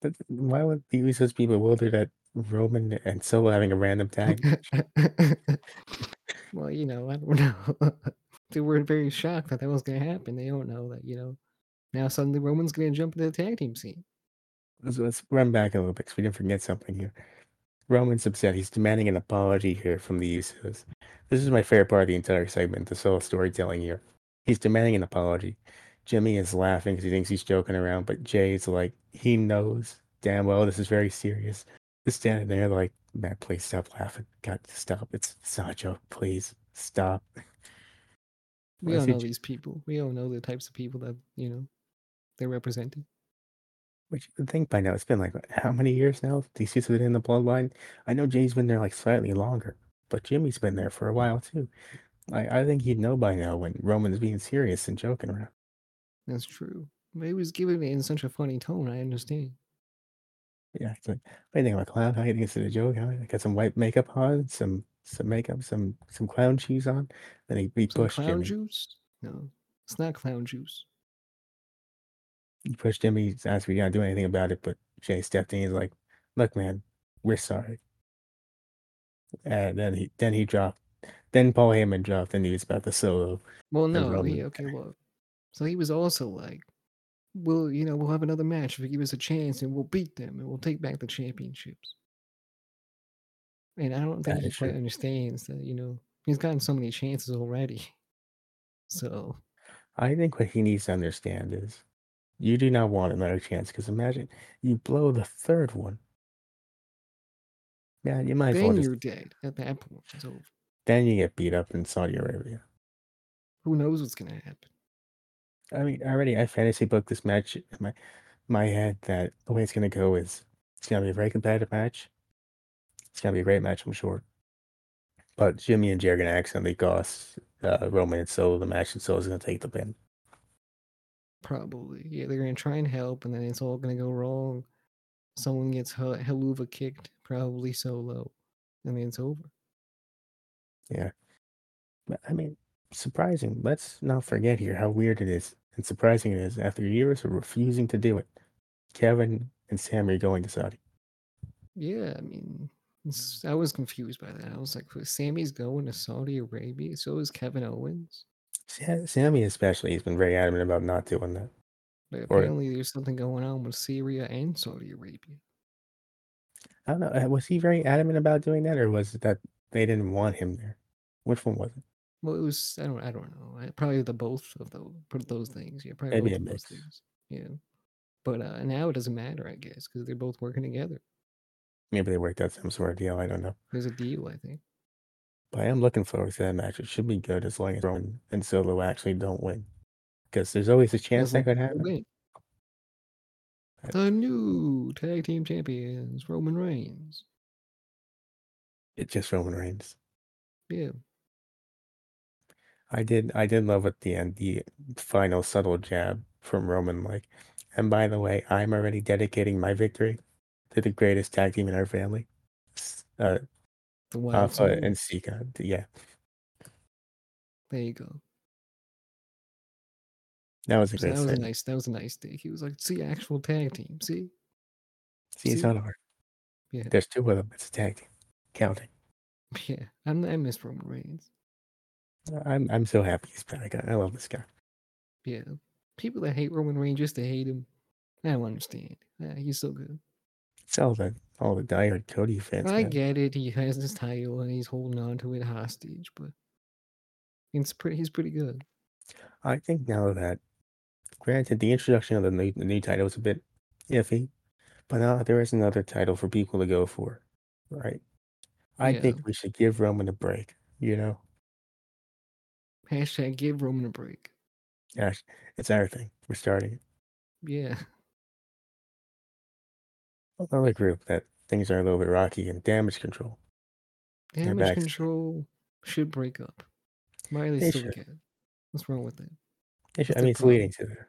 Speaker 1: But why would the Usos be bewildered at Roman and Solo having a random tag?
Speaker 2: [laughs] well, you know, I don't [laughs] know. they were very shocked that that was gonna happen. They don't know that, you know. Now suddenly Roman's gonna jump into the tag team scene.
Speaker 1: Let's, let's run back a little bit because we didn't forget something here. Roman's upset. He's demanding an apology here from the Usos. This is my favorite part of the entire segment, the solo storytelling here. He's demanding an apology. Jimmy is laughing because he thinks he's joking around, but Jay's like, he knows damn well this is very serious. Just standing there like, Matt, please stop laughing. God, stop. It's, it's not a joke. Please stop.
Speaker 2: We
Speaker 1: I
Speaker 2: all
Speaker 1: see
Speaker 2: know
Speaker 1: J-
Speaker 2: these people. We all know the types of people that, you know, they're representing.
Speaker 1: Which you would think by now, it's been like how many years now? These kids have been in the bloodline. I know Jay's been there like slightly longer, but Jimmy's been there for a while too. I, I think he'd know by now when Roman's being serious and joking around.
Speaker 2: That's true. But he was giving it in such a funny tone, I understand.
Speaker 1: Yeah, it's like, what do you think I'm a clown? How you think it's a joke? Huh? I got some white makeup on, some some makeup, some some clown shoes on. Then he, he
Speaker 2: Some
Speaker 1: pushed
Speaker 2: clown
Speaker 1: Jimmy.
Speaker 2: juice? No. It's not clown juice.
Speaker 1: He pushed Jimmy. He's asked if we gotta do anything about it, but Jay stepped in. He's like, "Look, man, we're sorry." And then he then he dropped. Then Paul Heyman dropped, and he was about to solo.
Speaker 2: Well, no,
Speaker 1: Roman.
Speaker 2: he, okay, well. So he was also like, well, you know, we'll have another match if you give us a chance and we'll beat them and we'll take back the championships. And I don't think
Speaker 1: That
Speaker 2: he
Speaker 1: is
Speaker 2: quite
Speaker 1: true.
Speaker 2: understands that, you know, he's gotten so many chances already. [laughs] So,
Speaker 1: I think what he needs to understand is you do not want another chance because imagine you blow the third one. Yeah, you might as well
Speaker 2: then
Speaker 1: just
Speaker 2: you're dead at that point. It's over.
Speaker 1: then you get beat up in Saudi Arabia.
Speaker 2: Who knows what's going to happen?
Speaker 1: I mean, already I fantasy booked this match in my my head that the way it's gonna go is it's gonna be a very competitive match. It's gonna be a great match, I'm sure. But Jimmy and Jay are gonna accidentally cost uh, Roman and Solo the match, and Solo's gonna take the pin.
Speaker 2: Probably. Yeah, they're going to try and help, and then it's all going to go wrong. Someone gets hel- Helluva kicked, probably solo, and then it's over.
Speaker 1: But, I mean, surprising. Let's not forget here how weird it is and surprising it is after years of refusing to do it. Kevin and Sammy are going to Saudi.
Speaker 2: Yeah, I mean, it's-
Speaker 1: Mm.
Speaker 2: I was confused by that. I was like, "Wait, Sammy's going to Saudi Arabia, so is Kevin Owens.
Speaker 1: Sa- Sammy, especially, has been very adamant about not doing that.
Speaker 2: But
Speaker 1: Or-
Speaker 2: apparently, there's something going on with Syria and Saudi Arabia.
Speaker 1: I don't know. uh, Was he very adamant about doing that, or was it that they didn't want him there? Which one was it?
Speaker 2: Well, it was I don't I don't know. I- Probably the both of those put those things. Yeah, probably
Speaker 1: Maybe
Speaker 2: both
Speaker 1: a
Speaker 2: of those
Speaker 1: mix.
Speaker 2: things. Yeah, but uh, now it doesn't matter, I guess, because they're both working together.
Speaker 1: Maybe they worked out some sort of deal. I don't know.
Speaker 2: There's a deal, I think.
Speaker 1: But I am looking forward to that match. It should be good as long as Roman and Solo actually don't win, because there's always a chance that
Speaker 2: Doesn't
Speaker 1: could happen.
Speaker 2: win.
Speaker 1: Right.
Speaker 2: The new tag team champions, Roman Reigns.
Speaker 1: It's just Roman Reigns.
Speaker 2: Yeah,
Speaker 1: I did I did love at the end the final subtle jab from Roman like and by the way I'm already dedicating my victory to the greatest tag team in our family S- uh
Speaker 2: the Wild
Speaker 1: Alpha
Speaker 2: Side.
Speaker 1: and Sika yeah
Speaker 2: There you go.
Speaker 1: that was a
Speaker 2: So that
Speaker 1: great
Speaker 2: was a
Speaker 1: segment.
Speaker 2: nice. That was a nice day. He was like, "See, actual tag team. See, [laughs]
Speaker 1: see it's
Speaker 2: See?
Speaker 1: not hard
Speaker 2: Yeah.
Speaker 1: there's two of them it's a tag team counting
Speaker 2: yeah, I'm, I miss Roman Reigns.
Speaker 1: Uh, I'm I'm so happy he's back I I love this guy
Speaker 2: Yeah, people that hate Roman Reigns just to hate him. I don't understand. Yeah, he's so good.
Speaker 1: it's all the all the diehard Cody fans
Speaker 2: I
Speaker 1: man.
Speaker 2: get it. He has this title and he's holding on to it hostage, but it's pretty. He's pretty good.
Speaker 1: I think now that, granted, the introduction of the new, the new title was a bit iffy, but now there is another title for people to go for, right? I
Speaker 2: Yeah.
Speaker 1: think we should give Roman a break, you know?
Speaker 2: Hashtag give Roman a break.
Speaker 1: Gosh, it's our thing. We're starting it.
Speaker 2: Yeah, [laughs]
Speaker 1: Another group that things are a little bit rocky and damage control.
Speaker 2: damage
Speaker 1: back.
Speaker 2: control should break up. Why are they,
Speaker 1: They
Speaker 2: still
Speaker 1: should.
Speaker 2: together? What's wrong with that?
Speaker 1: They
Speaker 2: That's
Speaker 1: should- I
Speaker 2: their
Speaker 1: mean, it's leading to there.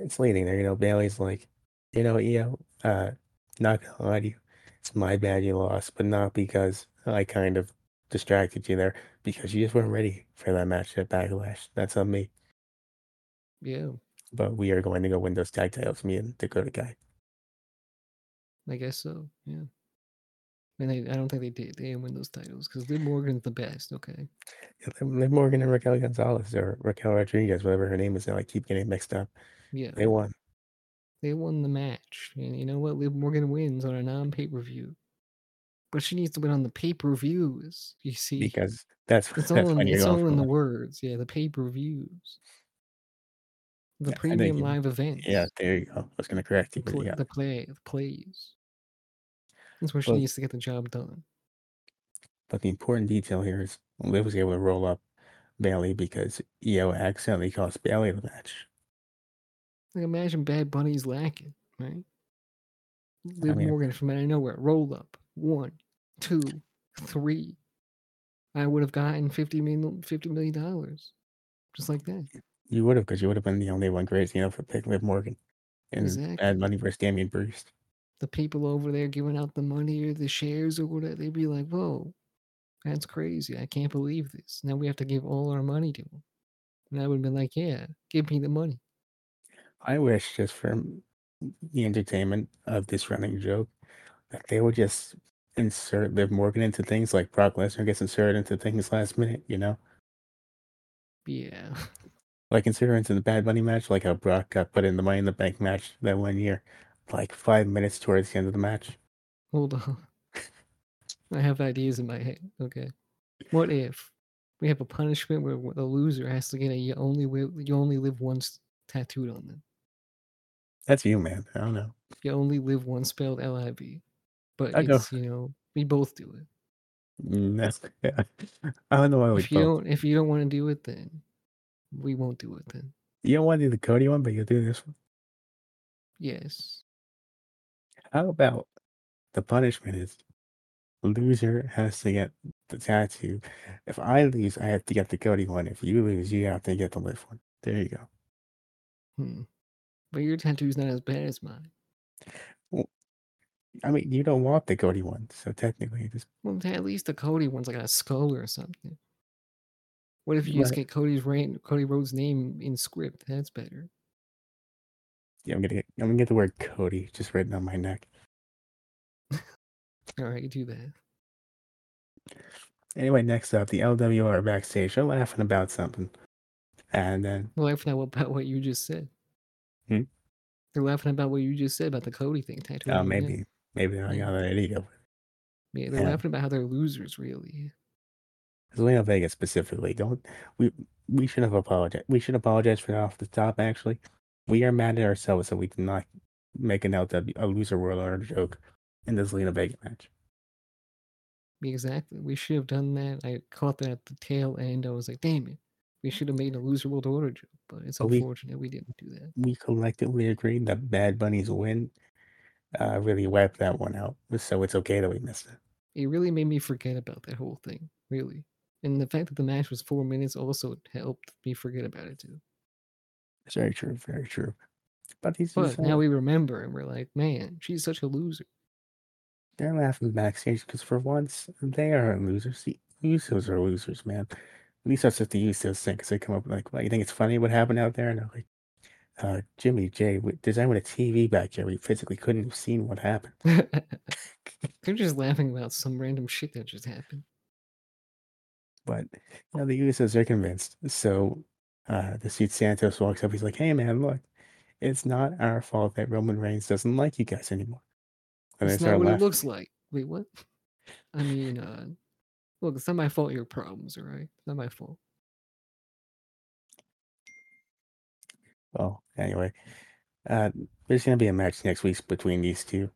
Speaker 1: It's leading there. You know, Bailey's like, you know, EO, uh, not gonna lie to you. It's my bad you lost, but not because I kind of distracted you there, because you just weren't ready for that match at Backlash. That's on me.
Speaker 2: Yeah,
Speaker 1: But we are going to go win those tag titles, me and Dakota Guy.
Speaker 2: I guess so. Yeah. And they, I don't think they did. They didn't win those titles because Liv Morgan's the best. Okay.
Speaker 1: Liv Morgan and Raquel Gonzalez or Raquel Rodriguez, whatever her name is now, I keep getting mixed up.
Speaker 2: Yeah.
Speaker 1: They won.
Speaker 2: They won the match. And you know what? Liv Morgan wins on a non pay per view. But she needs to win on the pay per views. You see?
Speaker 1: Because [laughs] that's
Speaker 2: it's
Speaker 1: that's
Speaker 2: all, in,
Speaker 1: when you're
Speaker 2: it's
Speaker 1: going
Speaker 2: all
Speaker 1: for
Speaker 2: in the
Speaker 1: one.
Speaker 2: words. Yeah. The pay per views. The
Speaker 1: Yeah, I think
Speaker 2: premium
Speaker 1: you-
Speaker 2: live events.
Speaker 1: Yeah, there you go. I was gonna correct you,
Speaker 2: The,
Speaker 1: but
Speaker 2: pl-
Speaker 1: yeah.
Speaker 2: the play, the plays. That's where she
Speaker 1: Well-
Speaker 2: needs to get the job done.
Speaker 1: But the important detail here is Liv was able to roll up Bailey because Io accidentally cost Bailey the match.
Speaker 2: Like imagine Bad Bunny's lacking, right? Liv
Speaker 1: mean-
Speaker 2: Morgan from out of nowhere, roll up one, two, three. I would have gotten fifty million, fifty million dollars, just like that.
Speaker 1: You would have, because you would have been the only one crazy enough to pick Liv Morgan and
Speaker 2: Exactly.
Speaker 1: Bad Money versus Damian Priest.
Speaker 2: The people over there giving out the money or the shares or whatever, they'd be like, "Whoa, that's crazy! I can't believe this." Now we have to give all our money to them, and I would have been like, "Yeah, give me the money."
Speaker 1: I wish just for m- the entertainment of this running joke that they would just insert Liv Morgan into things like Brock Lesnar gets inserted into things last minute, you know?
Speaker 2: Yeah, [laughs]
Speaker 1: Like consider into the Bad Bunny match, like how Brock got put in the Money in the Bank match that one year, like five minutes towards the end of the match.
Speaker 2: Hold on. [laughs] I have ideas in my head. Okay. What if we have a punishment where w- the loser has to get a you only wi- you only live once tattooed on them.
Speaker 1: That's you, man. I don't know.
Speaker 2: You only live once spelled L I V. But
Speaker 1: I know.
Speaker 2: it's, you know, we both do it.
Speaker 1: Mm, That's, [laughs] I don't know why we
Speaker 2: if you
Speaker 1: both.
Speaker 2: don't if you don't want to do it then we won't do it then.
Speaker 1: You don't want to do the Cody one, but you'll do this one.
Speaker 2: Yes.
Speaker 1: How about the punishment is loser has to get the tattoo. If I lose, I have to get the Cody one. If you lose, you have to get the live one. There you go.
Speaker 2: Hmm. But your tattoo's not as bad as mine.
Speaker 1: I mean, you don't want the Cody one, so technically, just
Speaker 2: Well t- at least the Cody one's like a skull or something. What if you just get Cody's rain, Cody Rhodes' name in script? That's better.
Speaker 1: yeah, I'm gonna get, I'm gonna get the word Cody just written on my neck.
Speaker 2: All right, do that.
Speaker 1: Anyway, next up, the LWR backstage. They're laughing about something, and then
Speaker 2: They're laughing at what- about what you just said.
Speaker 1: Hmm?
Speaker 2: They're laughing about what you just said about the Cody thing. Tattoo.
Speaker 1: oh, maybe maybe they're like,
Speaker 2: Mm.
Speaker 1: oh, there you go.
Speaker 2: Yeah, they're
Speaker 1: yeah.
Speaker 2: laughing about how they're losers, really.
Speaker 1: Zelina Vega specifically. Don't we we should have apologized. We should apologize for that off the top. Actually, we are mad at ourselves that we did not make an LW a loser world order joke in the Zelina Vega match.
Speaker 2: Exactly. We should have done that. I caught that at the tail end. I was like, damn it. We should have made a loser world order joke, but it's
Speaker 1: But we-
Speaker 2: unfortunate we didn't do that.
Speaker 1: We collectively agreed that Bad Bunny's win uh, really wiped that one out, so it's okay that we missed it.
Speaker 2: It really made me forget about that whole thing, really. And the fact that the match was four minutes also helped me forget about it too.
Speaker 1: It's very true, very true. But these
Speaker 2: But now we remember and we're like, man, she's such a loser.
Speaker 1: they're laughing backstage because for once they are losers. The Usos are losers, man. At least that's what the Usos think because they come up like, well, you think it's funny what happened out there? And they're like, uh, Jimmy J, we designed a TV back here. We physically couldn't have seen what happened.
Speaker 2: [laughs] they're just laughing about some random shit that just happened.
Speaker 1: But you know, the Usos are convinced. So uh, the suit Santos walks up. He's like, hey, man, look, it's not our fault that Roman Reigns doesn't like you guys anymore. And
Speaker 2: That's not
Speaker 1: they start
Speaker 2: what it
Speaker 1: laughing.
Speaker 2: looks like. Wait, what? [laughs] I mean, uh, look, it's not my fault your problems, all right? It's not my fault.
Speaker 1: Well, anyway, uh, there's going to be a match next week between these two.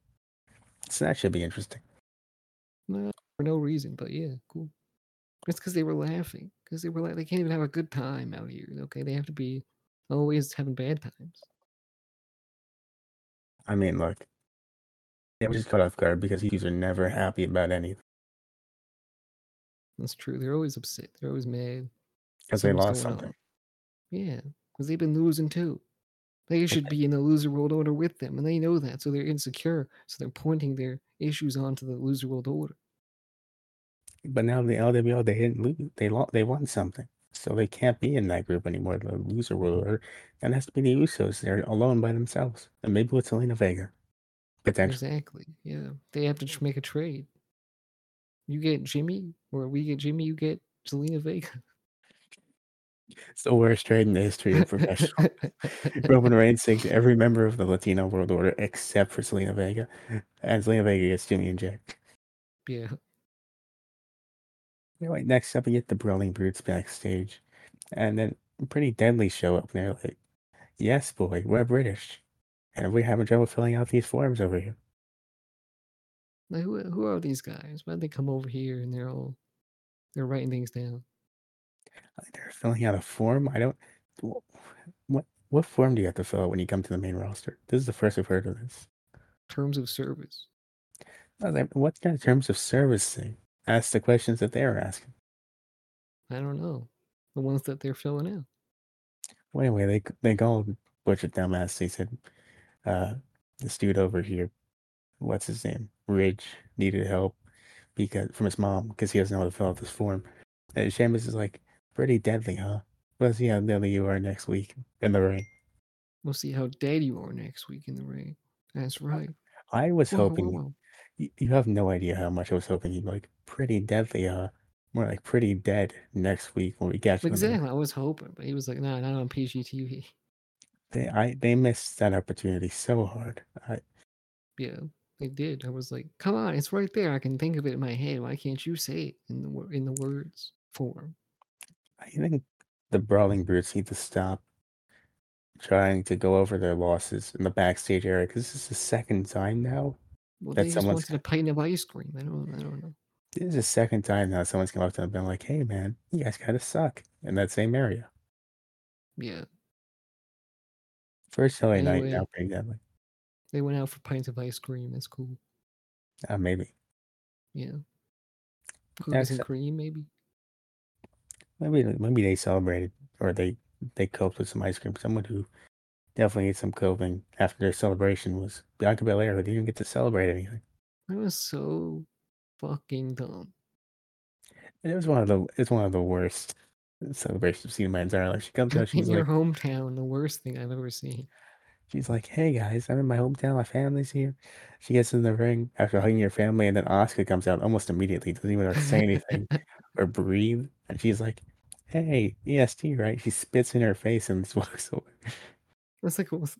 Speaker 1: So that should be interesting.
Speaker 2: No, for no reason, but yeah, cool. It's because they were laughing. Because they were like, they can't even have a good time out here, okay? They have to be always having bad times.
Speaker 1: I mean, look, they were just caught off guard because these are never happy about anything
Speaker 2: That's true. They're always upset. They're always mad.
Speaker 1: because they
Speaker 2: Something's
Speaker 1: lost
Speaker 2: going on.
Speaker 1: something.
Speaker 2: Yeah, because they've been losing too. They should be in the loser world order with them, and they know that, so they're insecure. So they're pointing their issues onto the loser world order.
Speaker 1: But now the LWO, they didn't lose. They lost. They won something, so they can't be in that group anymore. The loser world order, and it has to be the Usos. They're alone by themselves, and maybe with Selena Vega, potentially.
Speaker 2: Exactly. Yeah. They have to tr- make a trade. You get Jimmy, or we get Jimmy, you get Selena Vega.
Speaker 1: It's the worst trade in the history of professional. [laughs]
Speaker 2: [laughs]
Speaker 1: Roman Reigns thinks every member of the Latino world order except for Selena Vega, and Selena Vega gets Jimmy and Jay.
Speaker 2: yeah.
Speaker 1: Anyway, next up, we get the Brawling Brutes backstage, and then pretty deadly show up there. Like, yes, boy, we're British, and we're having trouble filling out these forms over here.
Speaker 2: Like, who, who are these guys? Why did they come over here and they're all they're writing things down?
Speaker 1: Like, They're filling out a form. I don't. wh- What what form do you have to fill out when you come to the main roster? This is the first I've heard of this.
Speaker 2: Terms of service.
Speaker 1: I was like, what kind of terms of service thing? Ask the questions that they were asking.
Speaker 2: I don't know. The ones that they're filling out.
Speaker 1: Well, anyway, they c- they go and butchered them as they said. Uh, this dude over here, what's his name? Ridge needed help because from his mom because he doesn't know how to fill out this form. And Sheamus is like, pretty deadly, huh? We'll see how deadly you are next week in the ring.
Speaker 2: We'll see how dead you are next week in the ring. That's right.
Speaker 1: I was
Speaker 2: Whoa,
Speaker 1: hoping.
Speaker 2: whoa, whoa.
Speaker 1: Y- You have no idea how much I was hoping you'd like pretty deadly, uh, more like pretty dead next week when we catch you. on the-
Speaker 2: Exactly. I was hoping, but he was like, nah, not on PGTV.
Speaker 1: They, I, they missed that opportunity so hard. I,
Speaker 2: [laughs] Yeah, they did. I was like, come on, it's right there. I can think of it in my head. Why can't you say it in the wor- in the words form?
Speaker 1: I think the Brawling Brutes need to stop trying to go over their losses in the backstage area because this is the second time now.
Speaker 2: Well,
Speaker 1: That
Speaker 2: they just
Speaker 1: someone's
Speaker 2: wanted a pint of ice cream. I don't. I don't know.
Speaker 1: This is the second time now someone's come up to them and been like, hey, man, you guys kind of suck in that same area.
Speaker 2: Yeah,
Speaker 1: First LA night,
Speaker 2: Anyway.
Speaker 1: now pretty deadly.
Speaker 2: they went out for pints of ice cream. That's cool.
Speaker 1: Uh, maybe.
Speaker 2: Yeah,
Speaker 1: That's
Speaker 2: cookies and
Speaker 1: a-
Speaker 2: cream maybe.
Speaker 1: Maybe th- maybe they celebrated or they they coped with some ice cream. Someone who definitely needs some coping after their celebration was Bianca Belair, who didn't even get to celebrate anything.
Speaker 2: That was so fucking dumb.
Speaker 1: And it was one of the it's one of the worst celebrations I've seen in my entire life. She comes out,
Speaker 2: in [laughs]
Speaker 1: she's
Speaker 2: your
Speaker 1: like,
Speaker 2: hometown, the worst thing I've ever seen.
Speaker 1: she's like, "Hey guys, I'm in my hometown. My family's here." She gets in the ring after hugging her family, and then Oscar comes out almost immediately. Doesn't even say anything or breathe, and she's like, "Hey, EST, right?" She spits in her face and [laughs] just walks away.
Speaker 2: That's like what's-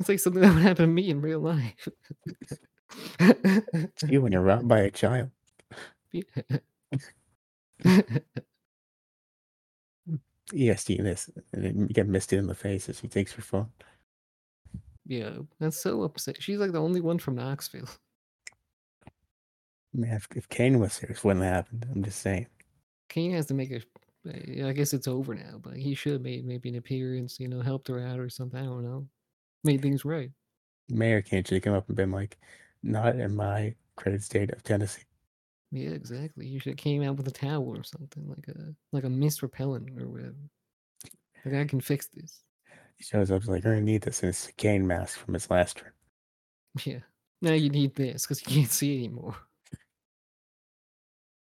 Speaker 2: it's like something [laughs] that would happen to me in real life. [laughs]
Speaker 1: It's you when you're robbed by a child. EST this, and then you get misted in the face as she takes her phone.
Speaker 2: yeah, that's so upset. She's like the only one from Knoxville.
Speaker 1: Man, if, if Kane was here, this wouldn't have happened. I'm just saying.
Speaker 2: Kane has to make a. eh, I guess it's over now, but he should have made maybe an appearance. You know, helped her out or something. I don't know. Made things right.
Speaker 1: Mayor Kane should have come up and been like, "Not in my credit state of Tennessee."
Speaker 2: Yeah, exactly. You should have came out with a towel or something like a like a mist repellent or whatever. Like I can fix this.
Speaker 1: He shows up, he's like, "You're gonna need this," and it's a Kane mask from his last trip.
Speaker 2: Yeah. Now you need this because you can't see anymore.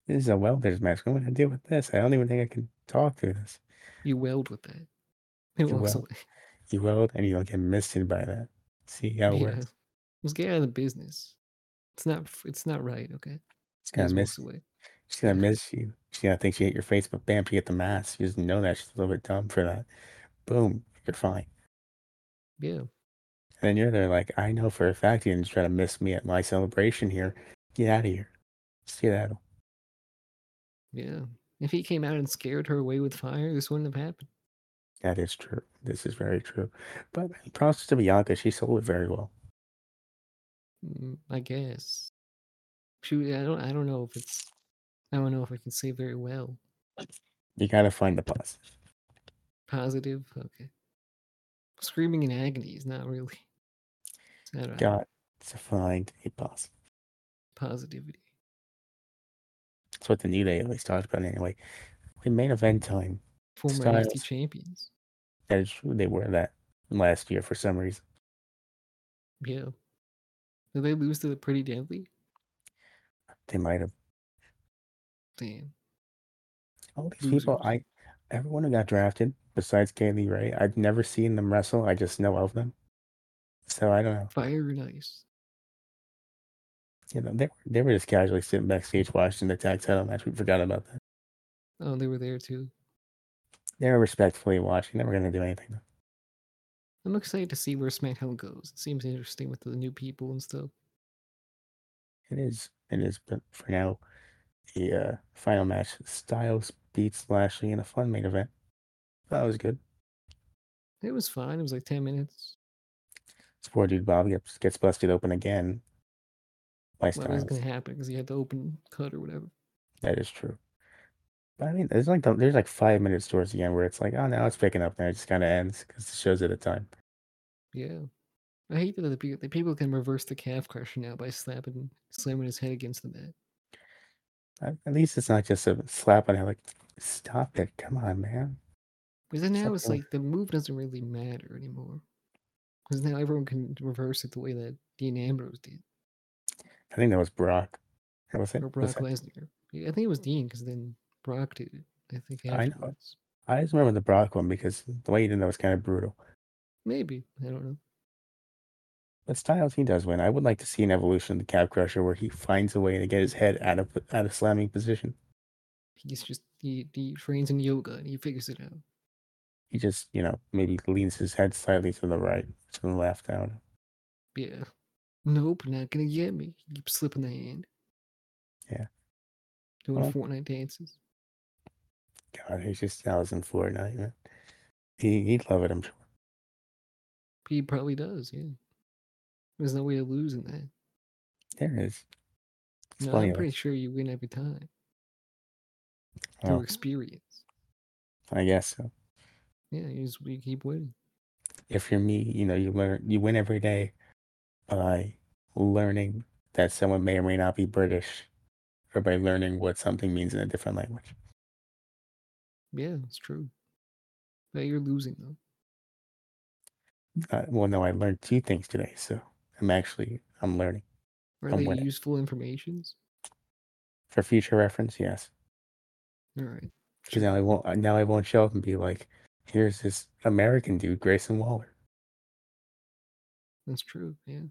Speaker 1: This is a welder's mask. I'm gonna deal with this. I don't even think I can talk through this.
Speaker 2: You weld with that. It
Speaker 1: You
Speaker 2: walks
Speaker 1: weld.
Speaker 2: away.
Speaker 1: You weld, and you don't get misted by that. See how
Speaker 2: [laughs]
Speaker 1: it
Speaker 2: Yeah.
Speaker 1: works.
Speaker 2: Let's get out of the business. It's not. f- It's not right. Okay.
Speaker 1: It's
Speaker 2: He
Speaker 1: gonna
Speaker 2: just
Speaker 1: miss.
Speaker 2: walks away.
Speaker 1: She's gonna miss you. She's gonna think she hit your face, but bam, she hit the mask. She doesn't know that. She's a little bit dumb for that. Boom, you're fine.
Speaker 2: Yeah.
Speaker 1: And then you're there like, I know for a fact you didn't try to miss me at my celebration here. Get out of here. See that?
Speaker 2: Yeah. If he came out and scared her away with fire, this wouldn't have happened.
Speaker 1: That is true. This is very true. But props to Bianca, she sold it very well.
Speaker 2: Mm, I guess. She. I don't. I don't know if it's. I don't know if I can say very well.
Speaker 1: You gotta find the positive.
Speaker 2: Positive. Okay. Screaming in agony is not really. It's not right.
Speaker 1: Got to find a positive.
Speaker 2: Positivity.
Speaker 1: That's what the New Day at least talked about anyway. We main event time.
Speaker 2: Former
Speaker 1: Styles.
Speaker 2: NXT champions.
Speaker 1: That is true. They were that last year for some reason.
Speaker 2: Yeah. Did they lose to the Pretty Deadly?
Speaker 1: They might have
Speaker 2: Damn.
Speaker 1: all these people
Speaker 2: Losers.
Speaker 1: I everyone who got drafted, besides Kaylee Ray, I've never seen them wrestle. I just know of them. So I don't know.
Speaker 2: Fire and ice.
Speaker 1: You know, they, they were just casually sitting backstage watching the tag title match. We forgot about that.
Speaker 2: Oh, they were there too.
Speaker 1: They were respectfully watching. They were going to do anything. though.
Speaker 2: I'm excited to see where SmackDown goes. It seems interesting with the new people and stuff.
Speaker 1: It is, it is, but for now, the uh, final match Styles beats Lashley in a fun main event. That was good.
Speaker 2: It was fine. It was like 10 minutes.
Speaker 1: This poor dude Bob gets, gets busted open again. by
Speaker 2: What was
Speaker 1: Styles.
Speaker 2: going to happen because he had the open cut or whatever.
Speaker 1: That is true. But I mean, there's like the, there's like five minutes towards the end where it's like, oh, now it's picking up. Now it just kind of ends because the show's at a time.
Speaker 2: Yeah. I hate that the people, the people can reverse the calf crusher now by slapping slamming his head against the mat.
Speaker 1: At at least it's not just a slap on it. Like, stop it! Come on, man.
Speaker 2: Because then now it's
Speaker 1: Something-
Speaker 2: like the move doesn't really matter anymore. Because now everyone can reverse it the way that Dean Ambrose did
Speaker 1: I think that was Brock. That was it.
Speaker 2: or
Speaker 1: Was
Speaker 2: Brock
Speaker 1: that-
Speaker 2: Lesnar. Yeah, I think it was Dean because then Brock did it. I think
Speaker 1: I know.
Speaker 2: afterwards.
Speaker 1: I just remember the Brock one because the way he did that was kind of brutal.
Speaker 2: Maybe I don't know.
Speaker 1: But Styles, he does win. I would like to see an evolution of the Cab Crusher where he finds a way to get his head out of out of slamming position.
Speaker 2: He's just he, he trains in yoga and he figures it out.
Speaker 1: He just, you know, maybe leans his head slightly to the right, to the left. I don't know.
Speaker 2: Yeah. Nope, not gonna get me. He keeps slipping the hand.
Speaker 1: Yeah.
Speaker 2: Doing
Speaker 1: Well-
Speaker 2: Fortnite dances.
Speaker 1: God, he's just Styles in Fortnite. Man. He he'd love it. I'm sure.
Speaker 2: He probably does, yeah. There's no way of losing that.
Speaker 1: There it is. It's
Speaker 2: No,
Speaker 1: plenty
Speaker 2: I'm
Speaker 1: of it.
Speaker 2: pretty sure you win every time.
Speaker 1: Well,
Speaker 2: Through experience.
Speaker 1: I guess so.
Speaker 2: Yeah, you just you keep winning.
Speaker 1: If you're me, you know, you learn you win every day by learning that someone may or may not be British, or by learning what something means in a different language.
Speaker 2: Yeah, it's true. But you're losing though.
Speaker 1: Uh, well, no, I learned two things today, so I'm actually I'm learning.
Speaker 2: Are
Speaker 1: I'm
Speaker 2: they
Speaker 1: winning.
Speaker 2: useful informations?
Speaker 1: for future reference, yes.
Speaker 2: All right.
Speaker 1: Because now I won't uh, now I won't show up and be like, here's this American dude, Grayson Waller.
Speaker 2: That's true, yeah.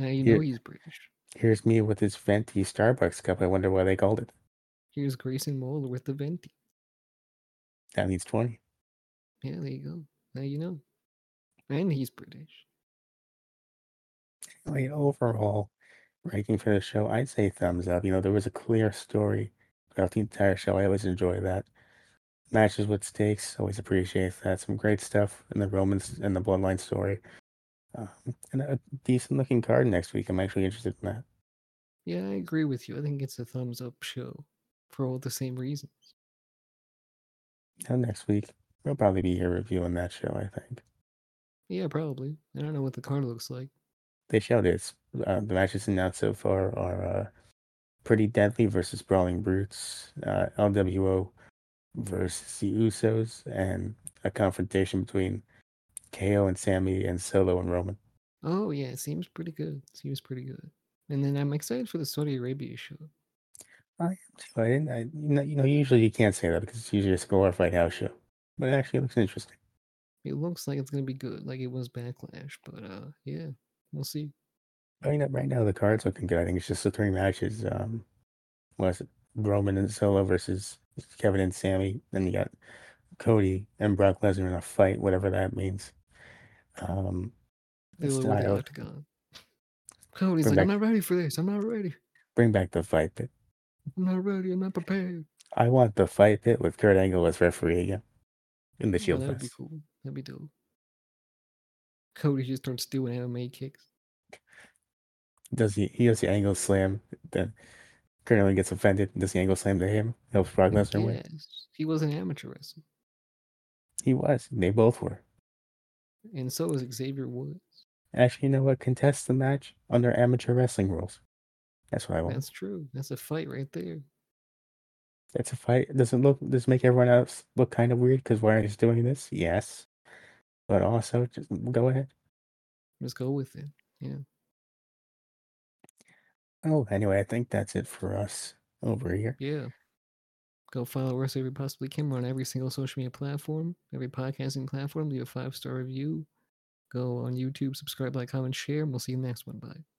Speaker 2: Now you
Speaker 1: Yeah.
Speaker 2: know he's British.
Speaker 1: Here's me with this venti Starbucks cup. I wonder why they called it.
Speaker 2: Here's Grayson Moeller with the Venti.
Speaker 1: That means twenty.
Speaker 2: Yeah, there you go. Now you know. And he's British.
Speaker 1: Like overall ranking for the show, I'd say thumbs up. You know, there was a clear story throughout the entire show. I always enjoy that. Matches with stakes, always appreciate that. Some great stuff in the Romans and the Bloodline story. Um, and a decent looking card next week. I'm actually interested in that.
Speaker 2: Yeah, I agree with you. I think it's a thumbs up show for all the same reasons.
Speaker 1: And next week, we'll probably be here reviewing that show, I think.
Speaker 2: Yeah, probably. I don't know what the card looks like.
Speaker 1: They showed it. Uh, the matches announced so far are uh, Pretty Deadly versus Brawling Brutes, uh, LWO versus the Usos, and a confrontation between KO and Sammy and Solo and Roman.
Speaker 2: Oh yeah, it seems pretty good. Seems pretty good. And then I'm excited for the Saudi Arabia show.
Speaker 1: So I didn't, I, you, know, you know, usually you can't say that because it's usually just a glorified house show. But it actually looks interesting.
Speaker 2: It looks like it's gonna be good, like it was Backlash. But uh, yeah, we'll see.
Speaker 1: Right now, right now, the card's looking good. I think it's just the three matches. Um, was it Roman and Solo versus Kevin and Sammy? Then you got Cody and Brock Lesnar in a fight, whatever that means. Um,
Speaker 2: The
Speaker 1: It's
Speaker 2: other way to
Speaker 1: styled.
Speaker 2: Octagon. [laughs] Cody's
Speaker 1: Bring
Speaker 2: like, I'm
Speaker 1: back-
Speaker 2: not ready for this. I'm not ready.
Speaker 1: bring back the fight pit.
Speaker 2: I'm not ready. I'm not prepared.
Speaker 1: I want the fight pit with Kurt Angle as referee again in the
Speaker 2: Oh,
Speaker 1: Shield
Speaker 2: that'd be
Speaker 1: Fest.
Speaker 2: cool. That'd be dope. Cody just starts doing MMA kicks.
Speaker 1: Does he? He does the angle slam. Then Kurt Angle gets offended. Does the angle slam to him? Helps Brock
Speaker 2: Like,
Speaker 1: Lesnar win.
Speaker 2: yes, he was an amateur wrestler,
Speaker 1: He was. They both were.
Speaker 2: and so was Xavier Woods.
Speaker 1: Actually, you know what? Contest the match under amateur wrestling rules. That's what I want.
Speaker 2: That's true. That's a fight right there.
Speaker 1: It's a fight. Does it look does it make everyone else look kind of weird because why are you doing this? Yes. But also just go ahead.
Speaker 2: Let's go with it.
Speaker 1: Oh, anyway, I think that's it for us over here.
Speaker 2: Yeah. Go follow us every possibly can. We're on every single social media platform, every podcasting platform. Leave a five star review. Go on YouTube, subscribe, like, comment, share, and we'll see you next one. Bye.